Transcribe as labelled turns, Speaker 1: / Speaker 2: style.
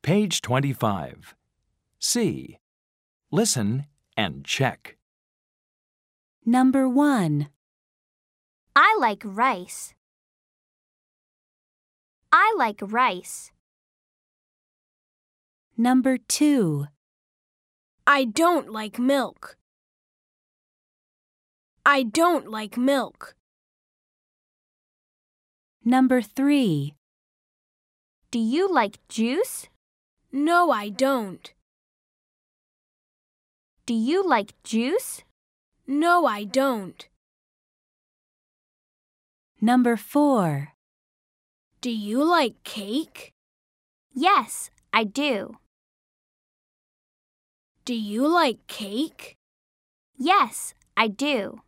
Speaker 1: Page 25. C. Listen and check.
Speaker 2: Number 1.
Speaker 3: I like rice. I like rice.
Speaker 2: Number 2.
Speaker 3: I don't like milk. I don't like milk.
Speaker 2: Number 3.
Speaker 3: Do you like juice? No, I don't. Do you like juice? No, I don't.
Speaker 2: Number 4.
Speaker 3: Do you like cake? Yes, I do. Do you like cake? Yes, I do.